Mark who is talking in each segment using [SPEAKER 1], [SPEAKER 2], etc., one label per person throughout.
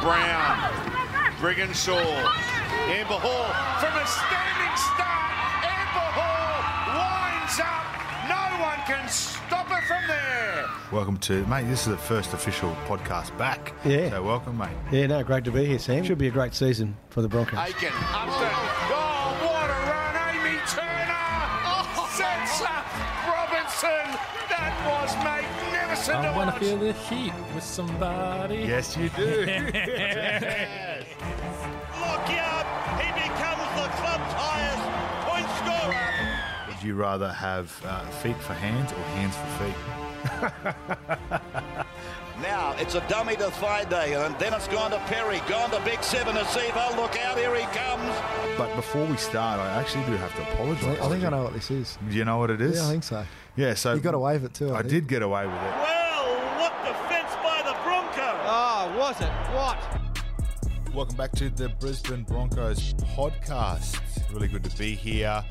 [SPEAKER 1] Brown, Brigham Soul, Amber Hall from a standing start. Amber Hall winds up. No one can stop her from there.
[SPEAKER 2] Welcome to mate. This is the first official podcast back.
[SPEAKER 3] Yeah.
[SPEAKER 2] So welcome, mate.
[SPEAKER 3] Yeah, no, great to be here, Sam. Should be a great season for the Broncos.
[SPEAKER 1] Aiken, Upton. Oh, what a run. Amy Turner sets up Robinson. That was magnificent.
[SPEAKER 4] I
[SPEAKER 1] to
[SPEAKER 4] want to
[SPEAKER 1] watch.
[SPEAKER 4] feel the heat with somebody.
[SPEAKER 2] Yes, you do.
[SPEAKER 5] Lockyard, he becomes the club's highest point scorer.
[SPEAKER 2] Would you rather have uh, feet for hands or hands for feet?
[SPEAKER 5] Now it's a dummy to Friday, and then it's gone to Perry, gone to Big Seven to Sevo. Look out, here he comes.
[SPEAKER 2] But before we start, I actually do have to apologise.
[SPEAKER 6] I think I know what this is.
[SPEAKER 2] Do you know what it is?
[SPEAKER 6] Yeah, I think so.
[SPEAKER 2] Yeah, so
[SPEAKER 6] You got away with it too, I
[SPEAKER 2] I,
[SPEAKER 6] think.
[SPEAKER 2] did get away with it.
[SPEAKER 5] Well, what defence by the Broncos.
[SPEAKER 7] Oh, was it? What?
[SPEAKER 2] Welcome back to the Brisbane Broncos podcast. Really good to be here.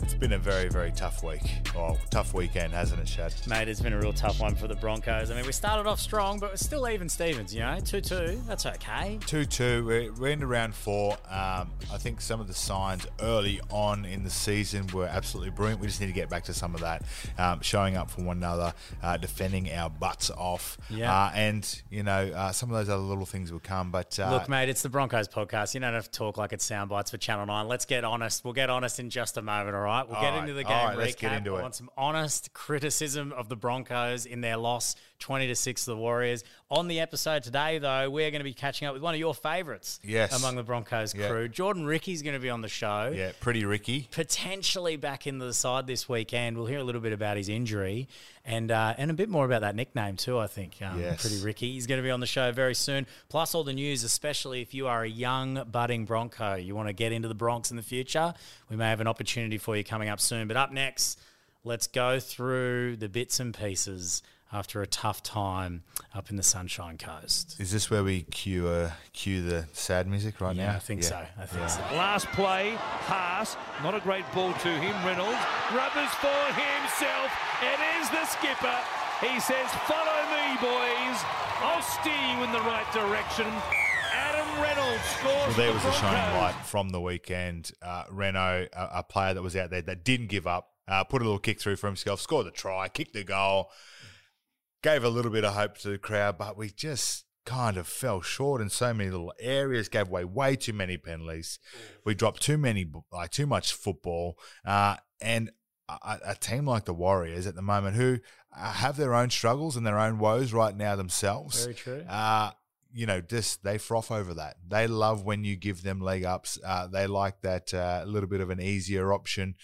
[SPEAKER 2] It's been a very, very tough week. Oh, tough weekend, hasn't it, Shad?
[SPEAKER 8] Mate, it's been a real tough one for the Broncos. I mean, we started off strong, but we're still even Stevens, you know? 2 2. That's okay.
[SPEAKER 2] 2 2. We're, we're into round four. Um, I think some of the signs early on in the season were absolutely brilliant. We just need to get back to some of that. Um, showing up for one another, uh, defending our butts off.
[SPEAKER 8] Yeah.
[SPEAKER 2] Uh, and, you know, uh, some of those other little things will come. But uh,
[SPEAKER 8] Look, mate, it's the Broncos podcast. You don't have to talk like it's sound bites for Channel 9. Let's get honest. We'll get honest in just a moment, all right? We'll
[SPEAKER 2] All
[SPEAKER 8] get
[SPEAKER 2] right,
[SPEAKER 8] into the
[SPEAKER 2] all right,
[SPEAKER 8] game recap.
[SPEAKER 2] let's get into
[SPEAKER 8] I
[SPEAKER 2] it.
[SPEAKER 8] want some honest criticism of the Broncos in their loss 20 to 6 to the Warriors. On the episode today, though, we're going to be catching up with one of your favourites
[SPEAKER 2] Yes.
[SPEAKER 8] among the Broncos
[SPEAKER 2] Yeah.
[SPEAKER 8] crew. Jordan Ricky's going to be on the show.
[SPEAKER 2] yeah, pretty Ricky.
[SPEAKER 8] potentially back into the side this weekend. We'll hear a little bit about his injury and uh, and a bit more about that nickname too. I think um,
[SPEAKER 2] Yes.
[SPEAKER 8] pretty Ricky. He's going to be on the show very soon. Plus all the news, especially if you are a young budding Bronco, you want to get into the Bronx in the future. We may have an opportunity for you coming up soon. But up next, let's go through the bits and pieces. After a tough time up in the Sunshine Coast.
[SPEAKER 2] Is this where we cue uh, cue the sad music right now?
[SPEAKER 8] I think so. I think so.
[SPEAKER 9] Last play, pass, not a great ball to him, Reynolds. Rubbers for himself. It is the skipper. He says, Follow me, boys. I'll steer you in the right direction. Adam Reynolds scores.
[SPEAKER 2] Well, there
[SPEAKER 9] for
[SPEAKER 2] was
[SPEAKER 9] the
[SPEAKER 2] a shining
[SPEAKER 9] Broncos.
[SPEAKER 2] light from the weekend. Uh, Reno, a, a player that was out there that didn't give up, uh, put a little kick through for himself, scored the try, kicked the goal, gave a little bit of hope to the crowd, but we just kind of fell short in so many little areas, gave away way too many penalties. We dropped too many, like too much football. Uh, and a, a team like the Warriors at the moment, who uh, have their own struggles and their own woes right now themselves.
[SPEAKER 8] Very true.
[SPEAKER 2] Uh, you know, just they froth over that. They love when you give them leg ups. Uh, they like that uh, little bit of an easier option.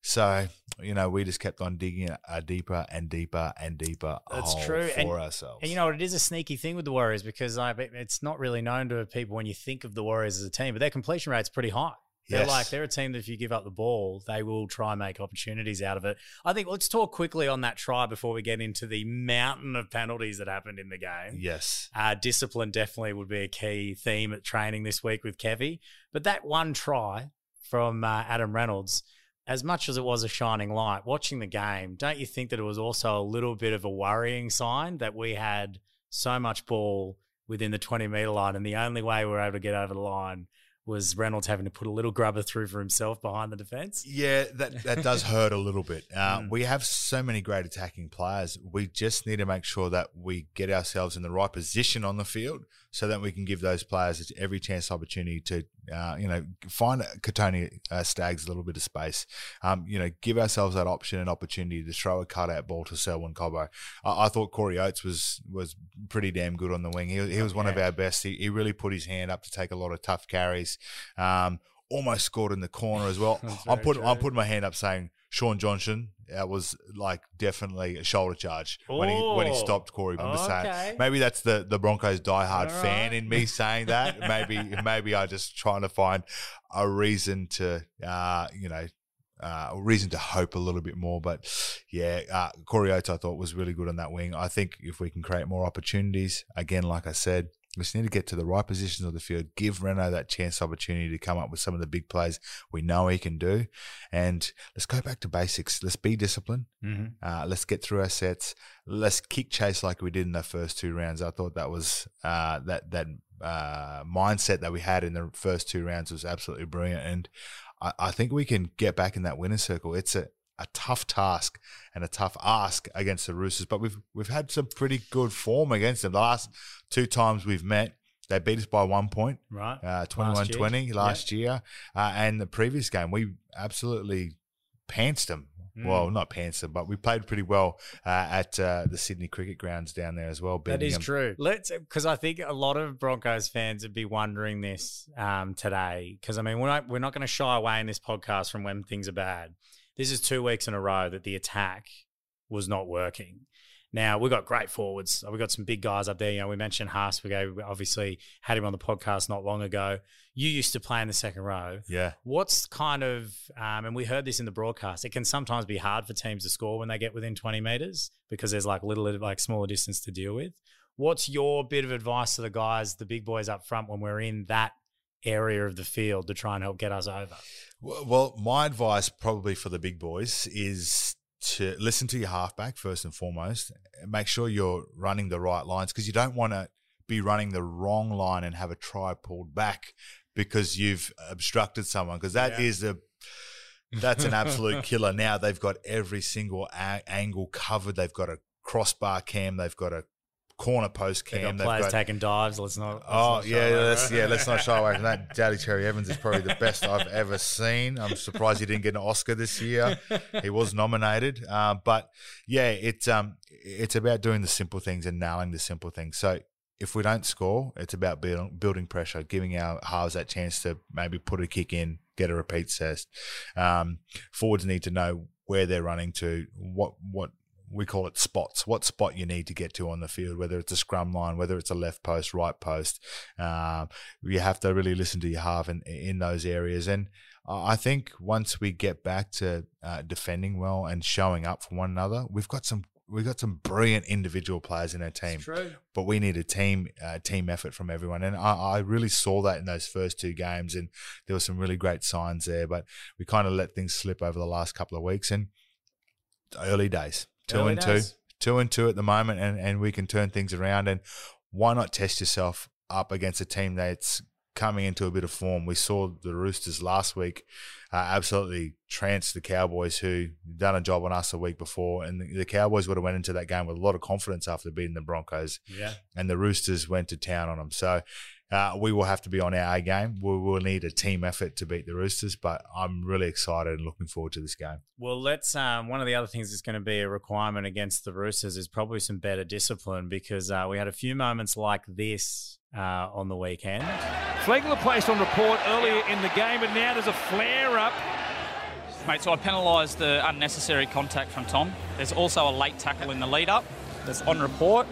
[SPEAKER 2] So, you know, we just kept on digging uh, deeper and deeper and deeper. a
[SPEAKER 8] That's
[SPEAKER 2] hole
[SPEAKER 8] true.
[SPEAKER 2] for
[SPEAKER 8] and,
[SPEAKER 2] ourselves.
[SPEAKER 8] And you know what? It is a sneaky thing with the Warriors because I, it's not really known to people when you think of the Warriors as a team, but their completion rate's pretty high. They're
[SPEAKER 2] Yes.
[SPEAKER 8] like they're a team that if you give up the ball, they will try and make opportunities out of it. I think let's talk quickly on that try before we get into the mountain of penalties that happened in the game.
[SPEAKER 2] yes,
[SPEAKER 8] Uh, discipline definitely would be a key theme at training this week with Kevy. But that one try from uh, Adam Reynolds, as much as it was a shining light, watching the game, don't you think that it was also a little bit of a worrying sign that we had so much ball within the 20 metre line and the only way we were able to get over the line was Reynolds having to put a little grubber through for himself behind the defence?
[SPEAKER 2] yeah, that that does hurt a little bit. Uh,
[SPEAKER 8] Mm.
[SPEAKER 2] We have so many great attacking players. We just need to make sure that we get ourselves in the right position on the field, so that we can give those players every chance, opportunity to, uh, you know, find Katoni uh, Stags a little bit of space. Um, you know, give ourselves that option and opportunity to throw a cutout ball to Selwyn Cobbo. I, I thought Corey Oates was was pretty damn good on the wing. He, was- he was one of our best. He, he really put his hand up to take a lot of tough carries. Um, almost scored in the corner as well. I'm putting I'm putting my hand up saying Sean Johnson. That was like definitely a shoulder charge when he when he
[SPEAKER 8] Oh.
[SPEAKER 2] stopped Corey.
[SPEAKER 8] Okay.
[SPEAKER 2] Maybe that's the the Broncos diehard
[SPEAKER 8] All
[SPEAKER 2] fan
[SPEAKER 8] right.
[SPEAKER 2] in me saying that. maybe maybe I just trying to find a reason to uh, you know. Uh, a reason to hope a little bit more, but yeah, uh, Corey Oates I thought was really good on that wing. I think if we can create more opportunities, again, like I said, We just need to get to the right positions of the field, give Renault that chance opportunity to come up with some of the big plays we know he can do. And let's go back to basics. Let's be disciplined.
[SPEAKER 8] Mm-hmm.
[SPEAKER 2] Uh, let's get through our sets. Let's kick chase like we did in the first two rounds. I thought that was uh, that that uh, mindset that we had in the first two rounds was absolutely brilliant. And I, I think we can get back in that winner's circle. It's a a tough task and a tough ask against the Roosters, but we've we've had some pretty good form against them. The last two times we've met, they beat us by one point,
[SPEAKER 8] Right.
[SPEAKER 2] uh,
[SPEAKER 8] Last
[SPEAKER 2] 21
[SPEAKER 8] year.
[SPEAKER 2] 20 last year. Uh, and the previous game, we absolutely pantsed them.
[SPEAKER 8] Mm.
[SPEAKER 2] Well, not pantsed them, but we played pretty well uh, at uh, the Sydney Cricket Grounds down there as well.
[SPEAKER 8] That
[SPEAKER 2] beating
[SPEAKER 8] is
[SPEAKER 2] them.
[SPEAKER 8] true. Let's because I think a lot of Broncos fans would be wondering this um, today. Because I mean, we're not we're not going to shy away in this podcast from when things are bad. This is two weeks in a row that the attack was not working. Now we've got great forwards. We've got some big guys up there. You know, we mentioned Haas. We gave- we obviously had him on the podcast not long ago. You used to play in the second row.
[SPEAKER 2] Yeah.
[SPEAKER 8] What's kind of, um, and we heard this in the broadcast, it can sometimes be hard for teams to score when they get within 20 meters because there's like little, like smaller distance to deal with. What's your bit of advice to the guys, the big boys up front, when we're in that area of the field to try and help get us over?
[SPEAKER 2] Well, well, my advice probably for the big boys is to listen to your halfback first and foremost. and Make sure you're running the right lines because you don't want to be running the wrong line and have a try pulled back because you've obstructed someone because that
[SPEAKER 8] Yeah.
[SPEAKER 2] is the that's an absolute killer. Now they've got every single a- angle covered. They've got a crossbar cam. They've got a corner post
[SPEAKER 8] They
[SPEAKER 2] cam.
[SPEAKER 8] got
[SPEAKER 2] They've
[SPEAKER 8] players
[SPEAKER 2] got-
[SPEAKER 8] taking dives. Let's not. let's
[SPEAKER 2] Oh
[SPEAKER 8] not shy
[SPEAKER 2] yeah,
[SPEAKER 8] away,
[SPEAKER 2] let's
[SPEAKER 8] right?
[SPEAKER 2] yeah, let's not shy away from that. Daddy Cherry Evans is probably the best I've ever seen. I'm surprised he didn't get an Oscar this year. He was nominated, uh, but yeah, it's um, it's about doing the simple things and nailing the simple things. So if we don't score, it's about building, building pressure, giving our halves that chance to maybe put a kick in, get a repeat test. Um, forwards need to know where they're running to, what what we call it spots. What spot you need to get to on the field, whether it's a scrum line, whether it's a left post, right post. Um, you have to really listen to your half in, in those areas. And I I think once we get back to uh, defending well and showing up for one another, we've got some we've got some brilliant individual players in our team
[SPEAKER 8] True.
[SPEAKER 2] but we need a team uh, team effort from everyone. And I, I really saw that in those first two games, and there were some really great signs there. But we kind of let things slip over the last couple of weeks and early days, two
[SPEAKER 8] Early
[SPEAKER 2] and
[SPEAKER 8] days.
[SPEAKER 2] two, two and two at the moment, and and we can turn things around. And why not test yourself up against a team that's coming into a bit of form? We saw the Roosters last week uh, absolutely trance the Cowboys, who done a job on us the week before, and the, the Cowboys would have went into that game with a lot of confidence after beating the Broncos
[SPEAKER 8] Yeah.
[SPEAKER 2] and the Roosters went to town on them. So uh, we will have to be on our A game. We will need a team effort to beat the Roosters, but I'm really excited and looking forward to this game.
[SPEAKER 8] Well, let's. Um, one of the other things that's going to be a requirement against the Roosters is probably some better discipline because uh, we had a few moments like this uh, on the weekend.
[SPEAKER 9] Flagler placed on report earlier in the game, but now there's a flare up.
[SPEAKER 6] Mate, so I penalised the unnecessary contact from Tom. There's also a late tackle in the lead up that's on report.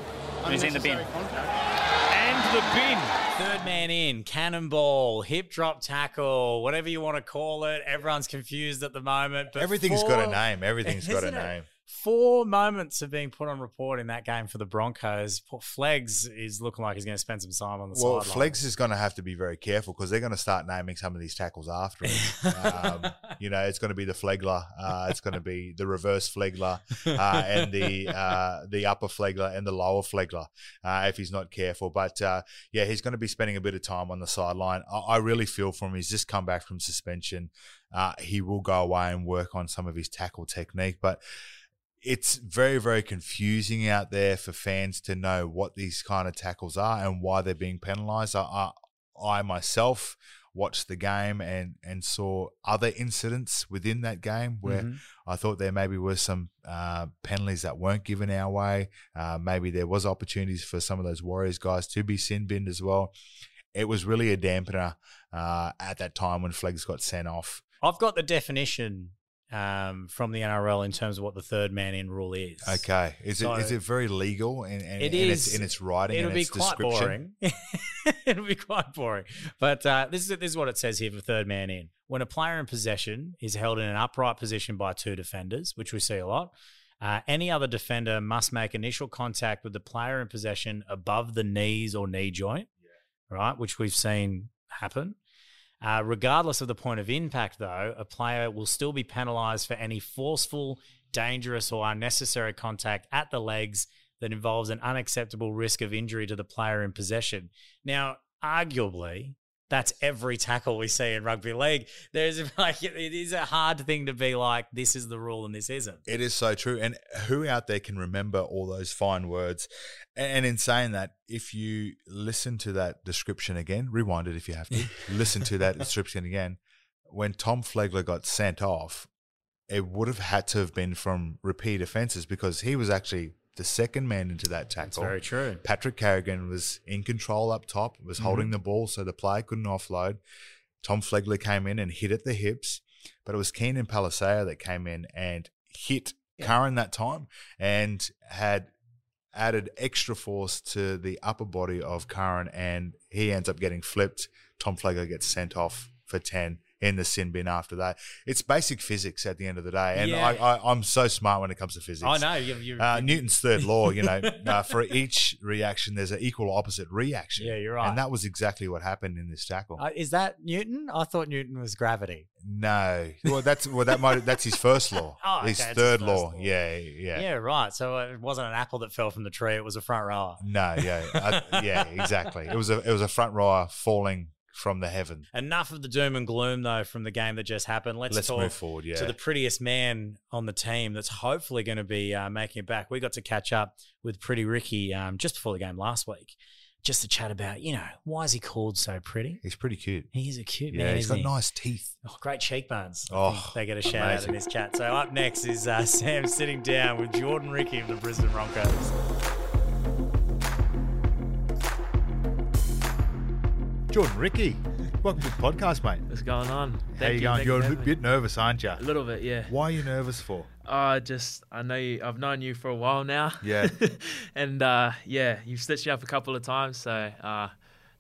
[SPEAKER 6] and He's in the bin.
[SPEAKER 9] And the bin.
[SPEAKER 8] Third man in, cannonball, hip drop tackle, whatever you want to call it. Everyone's confused at the moment. But
[SPEAKER 2] Everything's
[SPEAKER 8] four,
[SPEAKER 2] got a name. Everything's got a
[SPEAKER 8] Isn't it?
[SPEAKER 2] name.
[SPEAKER 8] Four moments have been put on report in that game for the Broncos. Poor Flegs is looking like he's going to spend some time on the
[SPEAKER 2] Well,
[SPEAKER 8] sideline.
[SPEAKER 2] Flex is going to have to be very careful because they're going to start naming some of these tackles after him. um, you know, it's going to be the Flegler, uh, it's going to be the reverse Flegler, uh, and the uh, the upper Flegler and the lower Flegler uh, if he's not careful. But uh, yeah, he's going to be spending a bit of time on the sideline. I, I really feel for him. He's just come back from suspension. Uh, he will go away and work on some of his tackle technique, but it's very, very confusing out there for fans to know what these kind of tackles are and why they're being penalised. I, I, I myself watched the game and and saw other incidents within that game where
[SPEAKER 8] Mhm.
[SPEAKER 2] I thought there maybe were some uh, penalties that weren't given our way. Uh, maybe there was opportunities for some of those Warriors guys to be sin binned as well. It was really a dampener uh, at that time when Flags got sent off.
[SPEAKER 8] I've got the definition um, from the NRL in terms of what the third man in rule is.
[SPEAKER 2] Okay, is
[SPEAKER 8] So-
[SPEAKER 2] it is it very legal and and
[SPEAKER 8] It
[SPEAKER 2] in
[SPEAKER 8] is.
[SPEAKER 2] its in its writing
[SPEAKER 8] It'll
[SPEAKER 2] and
[SPEAKER 8] be
[SPEAKER 2] its
[SPEAKER 8] quite
[SPEAKER 2] description?
[SPEAKER 8] boring. It'll be quite boring. But uh, this is this is what it says here for third man in. When a player in possession is held in an upright position by two defenders, which we see a lot, uh, any other defender must make initial contact with the player in possession above the knees or knee joint. right? Which we've seen happen. Uh, regardless of the point of impact, though, a player will still be penalised for any forceful, dangerous, or unnecessary contact at the legs that involves an unacceptable risk of injury to the player in possession. Now, arguably, that's every tackle we see in rugby league. There's like it is a hard thing to be like this is the rule and this isn't.
[SPEAKER 2] It is so true. And who out there can remember all those fine words? And in saying that, if you listen to that description again, rewind it if you have to, listen to that description again. When Tom Flegler got sent off, it would have had to have been from repeat offences because he was actually the second man into that tackle.
[SPEAKER 8] That's very true.
[SPEAKER 2] Patrick Carrigan was in control up top, was
[SPEAKER 8] Mm-hmm.
[SPEAKER 2] holding the ball so the player couldn't offload. Tom Flegler came in and hit at the hips, but it was Keenan Paliseo that came in and hit Curran that time and had added extra force to the upper body of Curran and he ends up getting flipped. Tom Flegler gets sent off for 10 in the sin bin after that. It's basic physics at the end of the day. And
[SPEAKER 8] Yeah.
[SPEAKER 2] I, I, I'm so smart when it comes to physics.
[SPEAKER 8] I know you. you
[SPEAKER 2] Uh, Newton's third law, you know, uh, for each reaction, there's an equal opposite reaction.
[SPEAKER 8] Yeah, you're right.
[SPEAKER 2] And that was exactly what happened in this tackle.
[SPEAKER 8] uh, is that Newton? I thought Newton was gravity.
[SPEAKER 2] no, well, that's well, that might that's his first law.
[SPEAKER 8] Oh, okay,
[SPEAKER 2] his
[SPEAKER 8] it's his
[SPEAKER 2] third
[SPEAKER 8] first
[SPEAKER 2] law.
[SPEAKER 8] law.
[SPEAKER 2] Yeah, yeah,
[SPEAKER 8] Yeah, right. So uh, it wasn't an apple that fell from the tree; it was a front rower.
[SPEAKER 2] No, yeah, I, yeah, exactly. It was a it was a front rower falling from the heaven.
[SPEAKER 8] Enough of the doom and gloom, though, from the game that just happened. Let's,
[SPEAKER 2] Let's
[SPEAKER 8] talk
[SPEAKER 2] move forward. Yeah,
[SPEAKER 8] to the prettiest man on the team that's hopefully going to be uh, making it back. We got to catch up with Pretty Ricky um, just before the game last week, just to chat about, you know, why is he called so pretty?
[SPEAKER 2] he's pretty cute.
[SPEAKER 8] He's a cute
[SPEAKER 2] Yeah,
[SPEAKER 8] man.
[SPEAKER 2] he's
[SPEAKER 8] isn't
[SPEAKER 2] got
[SPEAKER 8] he?
[SPEAKER 2] nice teeth.
[SPEAKER 8] Oh, great cheekbones. I
[SPEAKER 2] Oh,
[SPEAKER 8] think they get a shout out in
[SPEAKER 2] amazing.
[SPEAKER 8] this chat. So up next is uh, Sam sitting down with Jordan Ricky of the Brisbane Broncos.
[SPEAKER 2] Jordan Ricky, welcome to the podcast, mate.
[SPEAKER 7] What's going on?
[SPEAKER 2] How you going?
[SPEAKER 7] thank
[SPEAKER 2] You're
[SPEAKER 7] for
[SPEAKER 2] a
[SPEAKER 7] having me.
[SPEAKER 2] bit nervous, aren't you?
[SPEAKER 7] A little bit, yeah.
[SPEAKER 2] Why are you nervous for?
[SPEAKER 7] I just I know you. I've known you for a while now.
[SPEAKER 2] Yeah.
[SPEAKER 7] and uh, yeah, you've stitched me up a couple of times. So uh,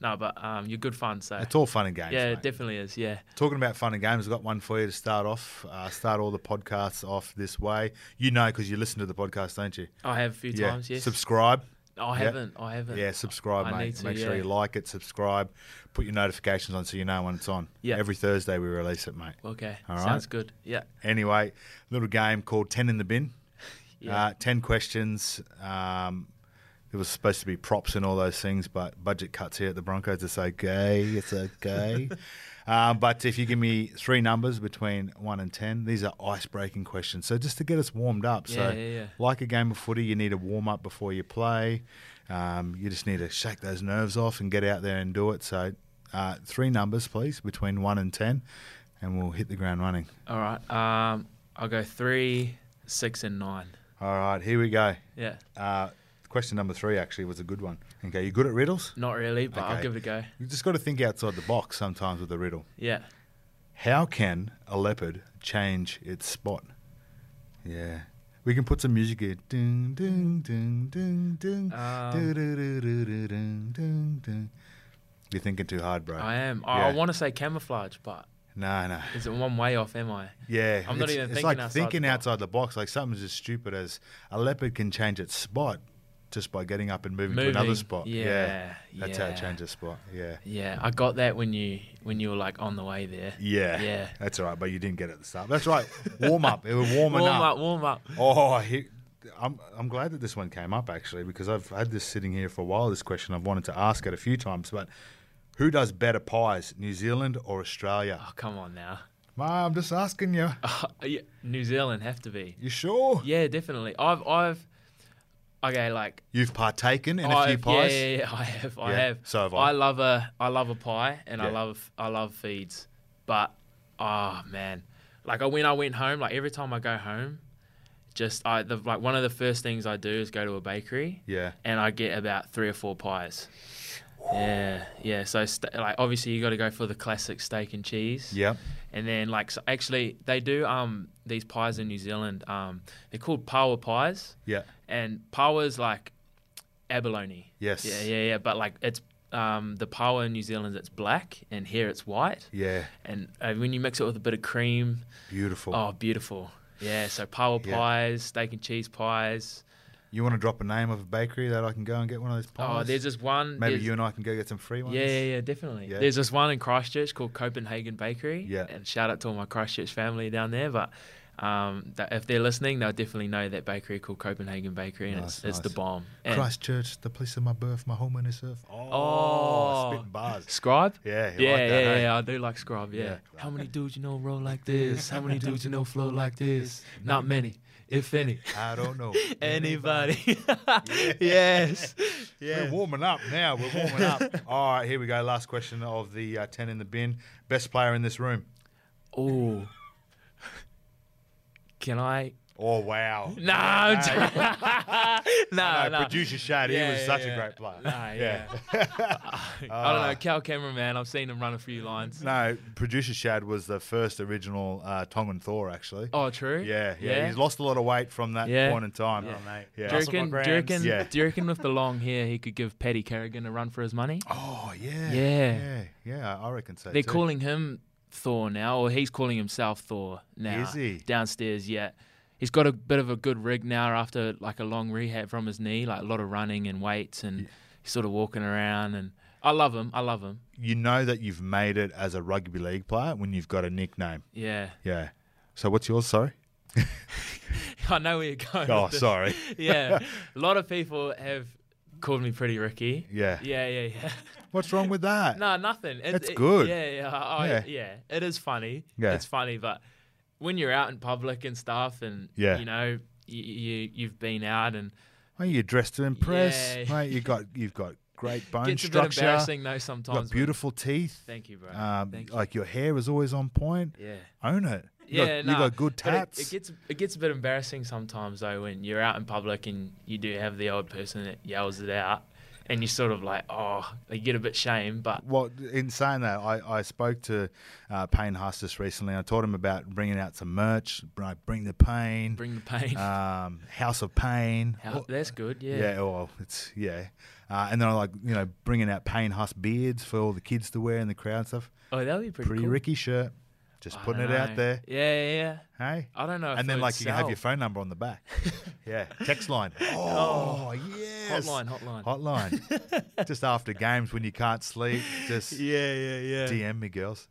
[SPEAKER 7] no, but um, you're good fun. So
[SPEAKER 2] It's all fun and games.
[SPEAKER 7] yeah,
[SPEAKER 2] mate.
[SPEAKER 7] it definitely is. Yeah.
[SPEAKER 2] Talking about fun and games, I've got one for you to start off. Uh, start all the podcasts off this way. You know, because you listen to the podcast, don't you?
[SPEAKER 7] I have a few times. Yes. Oh,
[SPEAKER 2] Subscribe.
[SPEAKER 7] I haven't. I haven't.
[SPEAKER 2] Yeah, subscribe,
[SPEAKER 7] I
[SPEAKER 2] mate.
[SPEAKER 7] need to,
[SPEAKER 2] Make sure
[SPEAKER 7] yeah.
[SPEAKER 2] you like it, subscribe, put your notifications on so you know when it's on.
[SPEAKER 7] Yeah.
[SPEAKER 2] Every Thursday we release it, mate.
[SPEAKER 7] Okay.
[SPEAKER 2] All right.
[SPEAKER 7] Sounds good. Yeah.
[SPEAKER 2] Anyway, little game called 10 in the Bin.
[SPEAKER 7] Yeah.
[SPEAKER 2] Uh, 10 questions. Um, it was supposed to be props and all those things, but budget cuts here at the Broncos. It's okay. It's okay. um, but if you give me three numbers between one and 10, these are ice breaking questions. So just to get us warmed up.
[SPEAKER 7] Yeah,
[SPEAKER 2] so,
[SPEAKER 7] yeah, yeah.
[SPEAKER 2] like a game of footy, you need a warm up before you play. Um, you just need to shake those nerves off and get out there and do it. So, uh, three numbers, please, between one and 10, and we'll hit the ground running.
[SPEAKER 7] All right. Um, I'll go three, six, and nine.
[SPEAKER 2] All right, here we go.
[SPEAKER 7] Yeah.
[SPEAKER 2] Uh, question number three actually was a good one. Okay, you good at riddles?
[SPEAKER 7] Not really, but I'll
[SPEAKER 2] Okay.
[SPEAKER 7] give it a go.
[SPEAKER 2] You just got to think outside the box sometimes with a riddle.
[SPEAKER 7] Yeah.
[SPEAKER 2] How can a leopard change its spot? Yeah. We can put some music here. Ding, ding, ding, ding, ding.
[SPEAKER 7] Um,
[SPEAKER 2] Du-du-du-du-du-ding, ding, ding. You're thinking too hard, bro.
[SPEAKER 7] I am. I- I
[SPEAKER 2] Yeah.
[SPEAKER 7] want to say camouflage, but
[SPEAKER 2] No, no.
[SPEAKER 7] is it one way off? Am I?
[SPEAKER 2] Yeah,
[SPEAKER 7] I'm not
[SPEAKER 2] it's,
[SPEAKER 7] even
[SPEAKER 2] it's
[SPEAKER 7] thinking
[SPEAKER 2] like
[SPEAKER 7] outside
[SPEAKER 2] thinking
[SPEAKER 7] the box.
[SPEAKER 2] outside the box. Like something's as stupid as a leopard can change its spot just by getting up and moving, to another
[SPEAKER 7] Moving,
[SPEAKER 2] spot.
[SPEAKER 7] yeah,
[SPEAKER 2] that's how it
[SPEAKER 7] yeah.
[SPEAKER 2] changes spot. Yeah,
[SPEAKER 7] Yeah, I got that when you when you were like on the way there.
[SPEAKER 2] yeah,
[SPEAKER 7] Yeah.
[SPEAKER 2] That's all right, but you didn't get it at the start. That's right. Warm up. It was warming
[SPEAKER 7] Warm
[SPEAKER 2] up.
[SPEAKER 7] up, warm up.
[SPEAKER 2] Oh, he, I'm I'm glad that this one came up actually because I've had this sitting here for a while. This question I've wanted to ask it a few times, but who does better pies, New Zealand or Australia?
[SPEAKER 7] Oh, come on now.
[SPEAKER 2] Ma, I'm just asking you.
[SPEAKER 7] Yeah, New Zealand have to be.
[SPEAKER 2] You sure?
[SPEAKER 7] Yeah, definitely. I've I've okay, like
[SPEAKER 2] You've partaken in a few
[SPEAKER 7] I've, yeah,
[SPEAKER 2] pies.
[SPEAKER 7] yeah, yeah, I have, I
[SPEAKER 2] Yeah,
[SPEAKER 7] have.
[SPEAKER 2] so have I.
[SPEAKER 7] I love a I love a pie and I
[SPEAKER 2] Yeah.
[SPEAKER 7] love I love feeds, but oh man, like I, when I went home, like every time I go home, just I the, like one of the first things I do is go to a bakery.
[SPEAKER 2] Yeah.
[SPEAKER 7] and I get about three or four pies. Yeah, yeah. So st- like, obviously you got to go for the classic steak and cheese.
[SPEAKER 2] Yep.
[SPEAKER 7] And then like, so actually they do um these pies in New Zealand. Um, they're called power pies.
[SPEAKER 2] Yeah.
[SPEAKER 7] And power's like abalone.
[SPEAKER 2] Yes.
[SPEAKER 7] Yeah, yeah, yeah. But like it's um the power in New Zealand it's black and here it's white.
[SPEAKER 2] Yeah.
[SPEAKER 7] And uh, when you mix it with a bit of cream,
[SPEAKER 2] Beautiful.
[SPEAKER 7] oh beautiful. Yeah. So power
[SPEAKER 2] Yeah.
[SPEAKER 7] pies, steak and cheese pies.
[SPEAKER 2] You want to drop a name of a bakery that I can go and get one of those pies?
[SPEAKER 7] Oh, there's this one.
[SPEAKER 2] Maybe
[SPEAKER 7] there's-
[SPEAKER 2] you and I can go get some free ones.
[SPEAKER 7] Yeah, yeah, yeah, definitely.
[SPEAKER 2] Yeah.
[SPEAKER 7] There's this one in Christchurch called Copenhagen Bakery.
[SPEAKER 2] Yeah.
[SPEAKER 7] And shout out to all my Christchurch family down there. But um, that, if they're listening, they'll definitely know that bakery called Copenhagen Bakery, and
[SPEAKER 2] Nice,
[SPEAKER 7] it's, it's the
[SPEAKER 2] nice.
[SPEAKER 7] bomb. And,
[SPEAKER 2] Christchurch, the place of my birth, my home and earth. Oh,
[SPEAKER 7] Oh,
[SPEAKER 2] spitting bars.
[SPEAKER 7] Scribe?
[SPEAKER 2] Yeah, you
[SPEAKER 7] yeah,
[SPEAKER 2] like that,
[SPEAKER 7] yeah,
[SPEAKER 2] hey?
[SPEAKER 7] yeah. I do like Scribe. Yeah.
[SPEAKER 2] Yeah.
[SPEAKER 7] How many dudes you know roll like this? How many dudes you know flow like this? Not many, if any.
[SPEAKER 2] I don't know.
[SPEAKER 7] Anybody? yes.
[SPEAKER 2] We're warming up now. We're warming up. All right, here we go. Last question of the uh, 10 in the bin. Best player in this room.
[SPEAKER 7] Oh. Can I?
[SPEAKER 2] Oh, wow.
[SPEAKER 7] No, I'm
[SPEAKER 2] Hey.
[SPEAKER 7] joking. no,
[SPEAKER 2] No,
[SPEAKER 7] no.
[SPEAKER 2] Producer Shad, he
[SPEAKER 7] Yeah,
[SPEAKER 2] was
[SPEAKER 7] yeah,
[SPEAKER 2] such a
[SPEAKER 7] yeah.
[SPEAKER 2] great player.
[SPEAKER 7] Nah, yeah. I
[SPEAKER 2] Ah.
[SPEAKER 7] don't know. Cal Cameraman, I've seen him run a few lines.
[SPEAKER 2] No, producer Shad was the first original uh, Tongan Thor, actually.
[SPEAKER 7] Oh, true.
[SPEAKER 2] Yeah, yeah,
[SPEAKER 7] Yeah.
[SPEAKER 2] He's lost a lot of weight from that
[SPEAKER 7] Yeah.
[SPEAKER 2] point in time.
[SPEAKER 7] Yeah.
[SPEAKER 8] mate.
[SPEAKER 2] Yeah.
[SPEAKER 7] Do you, reckon, do, you reckon,
[SPEAKER 2] Yeah.
[SPEAKER 7] do you reckon with the long hair, he could give Paddy Kerrigan a run for his money?
[SPEAKER 2] Oh, yeah.
[SPEAKER 7] Yeah.
[SPEAKER 2] Yeah, yeah, I reckon so.
[SPEAKER 7] They're
[SPEAKER 2] too.
[SPEAKER 7] calling him Thor now, or he's calling himself Thor now.
[SPEAKER 2] Is he?
[SPEAKER 7] Downstairs, yeah. He's got a bit of a good rig now after like a long rehab from his knee, like a lot of running and weights, and he's sort of walking around. And I love him. I love him.
[SPEAKER 2] You know that you've made it as a rugby league player when you've got a nickname.
[SPEAKER 7] Yeah.
[SPEAKER 2] Yeah. So what's yours, sorry?
[SPEAKER 7] I know where you're going.
[SPEAKER 2] Oh,
[SPEAKER 7] with this.
[SPEAKER 2] sorry.
[SPEAKER 7] yeah. A lot of people have called me pretty Ricky.
[SPEAKER 2] Yeah.
[SPEAKER 7] Yeah, yeah, yeah.
[SPEAKER 2] What's wrong with that?
[SPEAKER 7] no, nothing. It,
[SPEAKER 2] That's
[SPEAKER 7] it-
[SPEAKER 2] good.
[SPEAKER 7] Yeah, yeah, I,
[SPEAKER 2] Yeah.
[SPEAKER 7] yeah. It is funny.
[SPEAKER 2] Yeah.
[SPEAKER 7] It's funny, but when you're out in public and stuff and,
[SPEAKER 2] Yeah.
[SPEAKER 7] you know, you, you, you've been out and
[SPEAKER 2] Mate, you're dressed to impress.
[SPEAKER 7] Yeah.
[SPEAKER 2] Mate, you got you've got great bone
[SPEAKER 7] gets a bit
[SPEAKER 2] structure.
[SPEAKER 7] embarrassing though
[SPEAKER 2] you've
[SPEAKER 7] sometimes.
[SPEAKER 2] got
[SPEAKER 7] but-
[SPEAKER 2] beautiful teeth.
[SPEAKER 7] Thank you, bro.
[SPEAKER 2] Um,
[SPEAKER 7] Thank you.
[SPEAKER 2] like your hair is always on point.
[SPEAKER 7] yeah.
[SPEAKER 2] Own it. You
[SPEAKER 7] Yeah,
[SPEAKER 2] got, you
[SPEAKER 7] nah,
[SPEAKER 2] got good
[SPEAKER 7] but it-
[SPEAKER 2] tats.
[SPEAKER 7] It, gets it gets a bit embarrassing sometimes though when you're out in public and you do have the old person that yells it out, and you sort of like oh you get a bit shame, but
[SPEAKER 2] well, in saying that, I, I spoke to uh, Payne Huss just recently. I told him about bringing out some merch, like bring the pain,
[SPEAKER 7] bring the pain.
[SPEAKER 2] um, House of Pain.
[SPEAKER 7] How- that's good, yeah.
[SPEAKER 2] Yeah, well, it's yeah, uh, and then I like you know bringing out Payne Huss beards for all the kids to wear in the crowd and stuff.
[SPEAKER 7] Oh, that would be pretty,
[SPEAKER 2] Pretty
[SPEAKER 7] cool.
[SPEAKER 2] Ricky shirt, just
[SPEAKER 7] I
[SPEAKER 2] putting it
[SPEAKER 7] don't
[SPEAKER 2] out
[SPEAKER 7] know.
[SPEAKER 2] there.
[SPEAKER 7] Yeah, yeah, yeah.
[SPEAKER 2] Hey,
[SPEAKER 7] I don't know. If
[SPEAKER 2] and then
[SPEAKER 7] it would
[SPEAKER 2] like you can have
[SPEAKER 7] sell.
[SPEAKER 2] your phone number on the back. yeah, text line. Oh, yes,
[SPEAKER 7] Hotline, hotline.
[SPEAKER 2] hotline. just after games when you can't sleep, just
[SPEAKER 7] Yeah, yeah, yeah.
[SPEAKER 2] DM me, girls.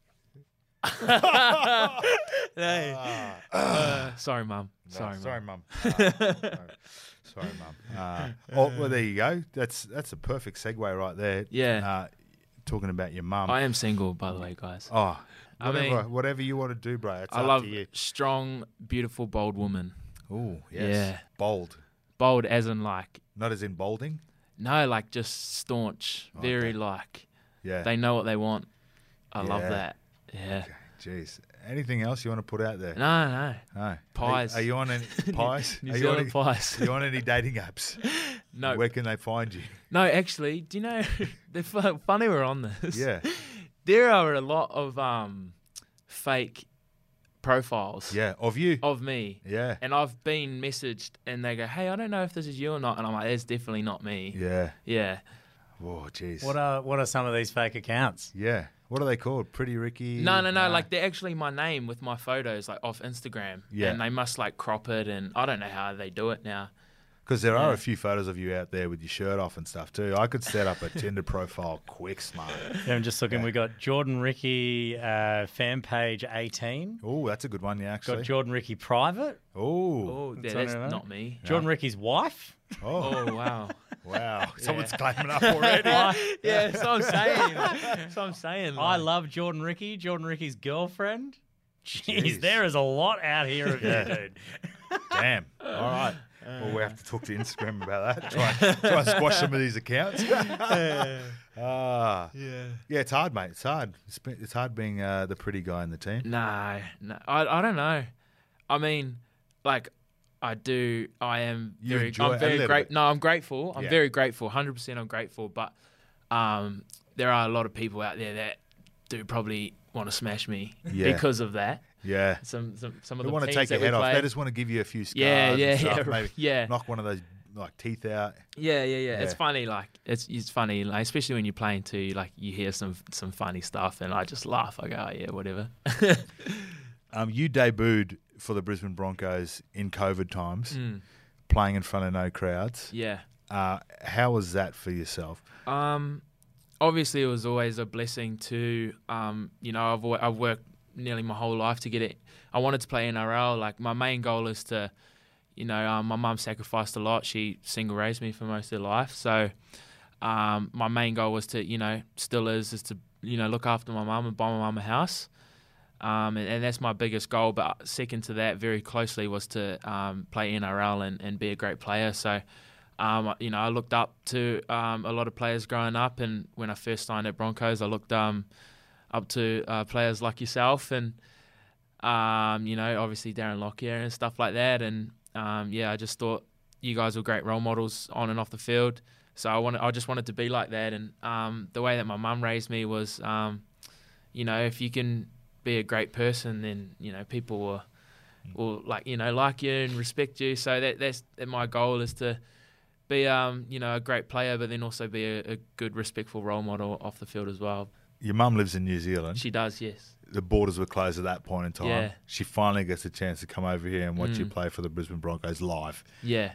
[SPEAKER 7] Hey. Uh, sorry, mum. sorry,
[SPEAKER 2] Ah,
[SPEAKER 7] mum.
[SPEAKER 2] sorry, mum. Ah, sorry. sorry, mum. Uh, oh, well, there you go. That's that's a perfect segue right there.
[SPEAKER 7] Yeah.
[SPEAKER 2] Uh, talking about your mum.
[SPEAKER 7] I am single, by the way, guys.
[SPEAKER 2] oh,
[SPEAKER 7] I
[SPEAKER 2] whatever,
[SPEAKER 7] mean-
[SPEAKER 2] whatever you want to do, bro. It's
[SPEAKER 7] I
[SPEAKER 2] up
[SPEAKER 7] love
[SPEAKER 2] to you.
[SPEAKER 7] strong, beautiful, bold woman.
[SPEAKER 2] Oh,
[SPEAKER 7] Yeah.
[SPEAKER 2] Bold,
[SPEAKER 7] Bold as in like
[SPEAKER 2] not as in bolding.
[SPEAKER 7] no, like just staunch, very like
[SPEAKER 2] Yeah.
[SPEAKER 7] they know what they want. I love
[SPEAKER 2] Yeah.
[SPEAKER 7] that. Yeah.
[SPEAKER 2] Jeez. Anything else you want to put out there?
[SPEAKER 7] No, no.
[SPEAKER 2] No. Are-
[SPEAKER 7] Pies.
[SPEAKER 2] Are, you on any pies?
[SPEAKER 7] New
[SPEAKER 2] are you on
[SPEAKER 7] Zealand
[SPEAKER 2] any,
[SPEAKER 7] pies.
[SPEAKER 2] Are you on any dating apps?
[SPEAKER 7] No.
[SPEAKER 2] Where can they find you?
[SPEAKER 7] No, actually, do you know they're fu- funny we're on this.
[SPEAKER 2] Yeah.
[SPEAKER 7] There are a lot of um fake profiles
[SPEAKER 2] Yeah. Of you.
[SPEAKER 7] of me.
[SPEAKER 2] Yeah.
[SPEAKER 7] And I've been messaged and they go, Hey, I don't know if this is you or not and I'm like, That's definitely not me.
[SPEAKER 2] Yeah.
[SPEAKER 7] Yeah.
[SPEAKER 2] Oh, jeez.
[SPEAKER 8] What are what are some of these fake accounts?
[SPEAKER 2] Yeah. What are they called? Pretty Ricky?
[SPEAKER 7] No, no, no. Like they're actually my name with my photos, like off Instagram.
[SPEAKER 2] Yeah.
[SPEAKER 7] And they must like crop it, and I don't know how they do it now.
[SPEAKER 2] Because there are a few photos of you out there with your shirt off and stuff too. I could set up a Tinder profile quick, smart.
[SPEAKER 8] I'm just looking. We got Jordan Ricky uh, fan page 18.
[SPEAKER 2] Oh, that's a good one, yeah,
[SPEAKER 8] Got
[SPEAKER 2] actually.
[SPEAKER 8] Jordan Ricky private.
[SPEAKER 2] oh,
[SPEAKER 7] Oh, yeah,
[SPEAKER 8] on
[SPEAKER 7] that's
[SPEAKER 8] there,
[SPEAKER 7] not me.
[SPEAKER 8] Jordan Ricky's wife.
[SPEAKER 2] oh,
[SPEAKER 7] Oh wow.
[SPEAKER 2] wow. Someone's claiming up already.
[SPEAKER 7] yeah, that's what I'm saying. that's what I'm saying.
[SPEAKER 8] I
[SPEAKER 7] Like,
[SPEAKER 8] love Jordan Ricky. Jordan Ricky's girlfriend. Jeez,
[SPEAKER 2] Jeez.
[SPEAKER 8] there is a lot out here of you, dude.
[SPEAKER 2] Damn. All right. Well, we have to talk to Instagram about that. Try, and- try and squash some of these accounts. Ah, yeah. Yeah, it's hard, mate. It's hard. It's, been, it's hard being uh, the pretty guy in the team.
[SPEAKER 7] no, no. I, I don't know. I mean, like, I do. I am
[SPEAKER 2] You
[SPEAKER 7] very.
[SPEAKER 2] enjoy it a
[SPEAKER 7] I'm very
[SPEAKER 2] little
[SPEAKER 7] great.
[SPEAKER 2] bit.
[SPEAKER 7] No, I'm grateful. I'm
[SPEAKER 2] Yeah.
[SPEAKER 7] very grateful. Hundred percent, I'm grateful. But um, there are a lot of people out there that do probably want to smash me
[SPEAKER 2] Yeah.
[SPEAKER 7] because of that.
[SPEAKER 2] Yeah.
[SPEAKER 7] Some some some of
[SPEAKER 2] They
[SPEAKER 7] the
[SPEAKER 2] want to
[SPEAKER 7] teams
[SPEAKER 2] take
[SPEAKER 7] that
[SPEAKER 2] your
[SPEAKER 7] we
[SPEAKER 2] head off. They
[SPEAKER 7] played.
[SPEAKER 2] just want to give you a few scars.
[SPEAKER 7] Yeah,
[SPEAKER 2] and
[SPEAKER 7] yeah,
[SPEAKER 2] stuff,
[SPEAKER 7] yeah,
[SPEAKER 2] Maybe
[SPEAKER 7] yeah.
[SPEAKER 2] Knock one of those like teeth out.
[SPEAKER 7] Yeah, yeah, yeah, It's
[SPEAKER 2] Yeah.
[SPEAKER 7] funny, like it's it's funny, like especially when you're playing too. Like you hear some some funny stuff, and I just laugh. I go, oh, yeah, whatever. Hmm.
[SPEAKER 2] Um, you debuted for the Brisbane Broncos in COVID times. playing in front of no crowds.
[SPEAKER 7] Yeah.
[SPEAKER 2] Uh, how was that for yourself?
[SPEAKER 7] Um, obviously, it was always a blessing to, um, you know, I've, wo- I've worked nearly my whole life to get it. I wanted to play NRL. Like, my main goal is to, you know, um, my mum sacrificed a lot. She single raised me for most of her life. So, um, my main goal was to, you know, still is, is to, you know, look after my mum and buy my mum a house. Um, and, and that's my biggest goal. But second to that, very closely, was to um, play NRL and, and be a great player. So, um, you know, I looked up to um, a lot of players growing up, and when I first signed at Broncos, I looked um, up to uh, players like yourself, and um, you know, obviously Darren Lockyer and stuff like that. And um, yeah, I just thought you guys were great role models on and off the field. So I wanted, I just wanted to be like that. And um, the way that my mum raised me was, um, you know, if you can be a great person, then you know people will,
[SPEAKER 2] Mm.
[SPEAKER 7] will like you know like you and respect you. So that that's that my goal is to be um you know a great player, but then also be a, a good respectful role model off the field as well.
[SPEAKER 2] Your mum lives in New Zealand.
[SPEAKER 7] She does, yes.
[SPEAKER 2] the borders were closed at that point in time.
[SPEAKER 7] Yeah. Hmm.
[SPEAKER 2] She finally gets a chance to come over here and watch you play for the Brisbane Broncos live.
[SPEAKER 7] Yeah.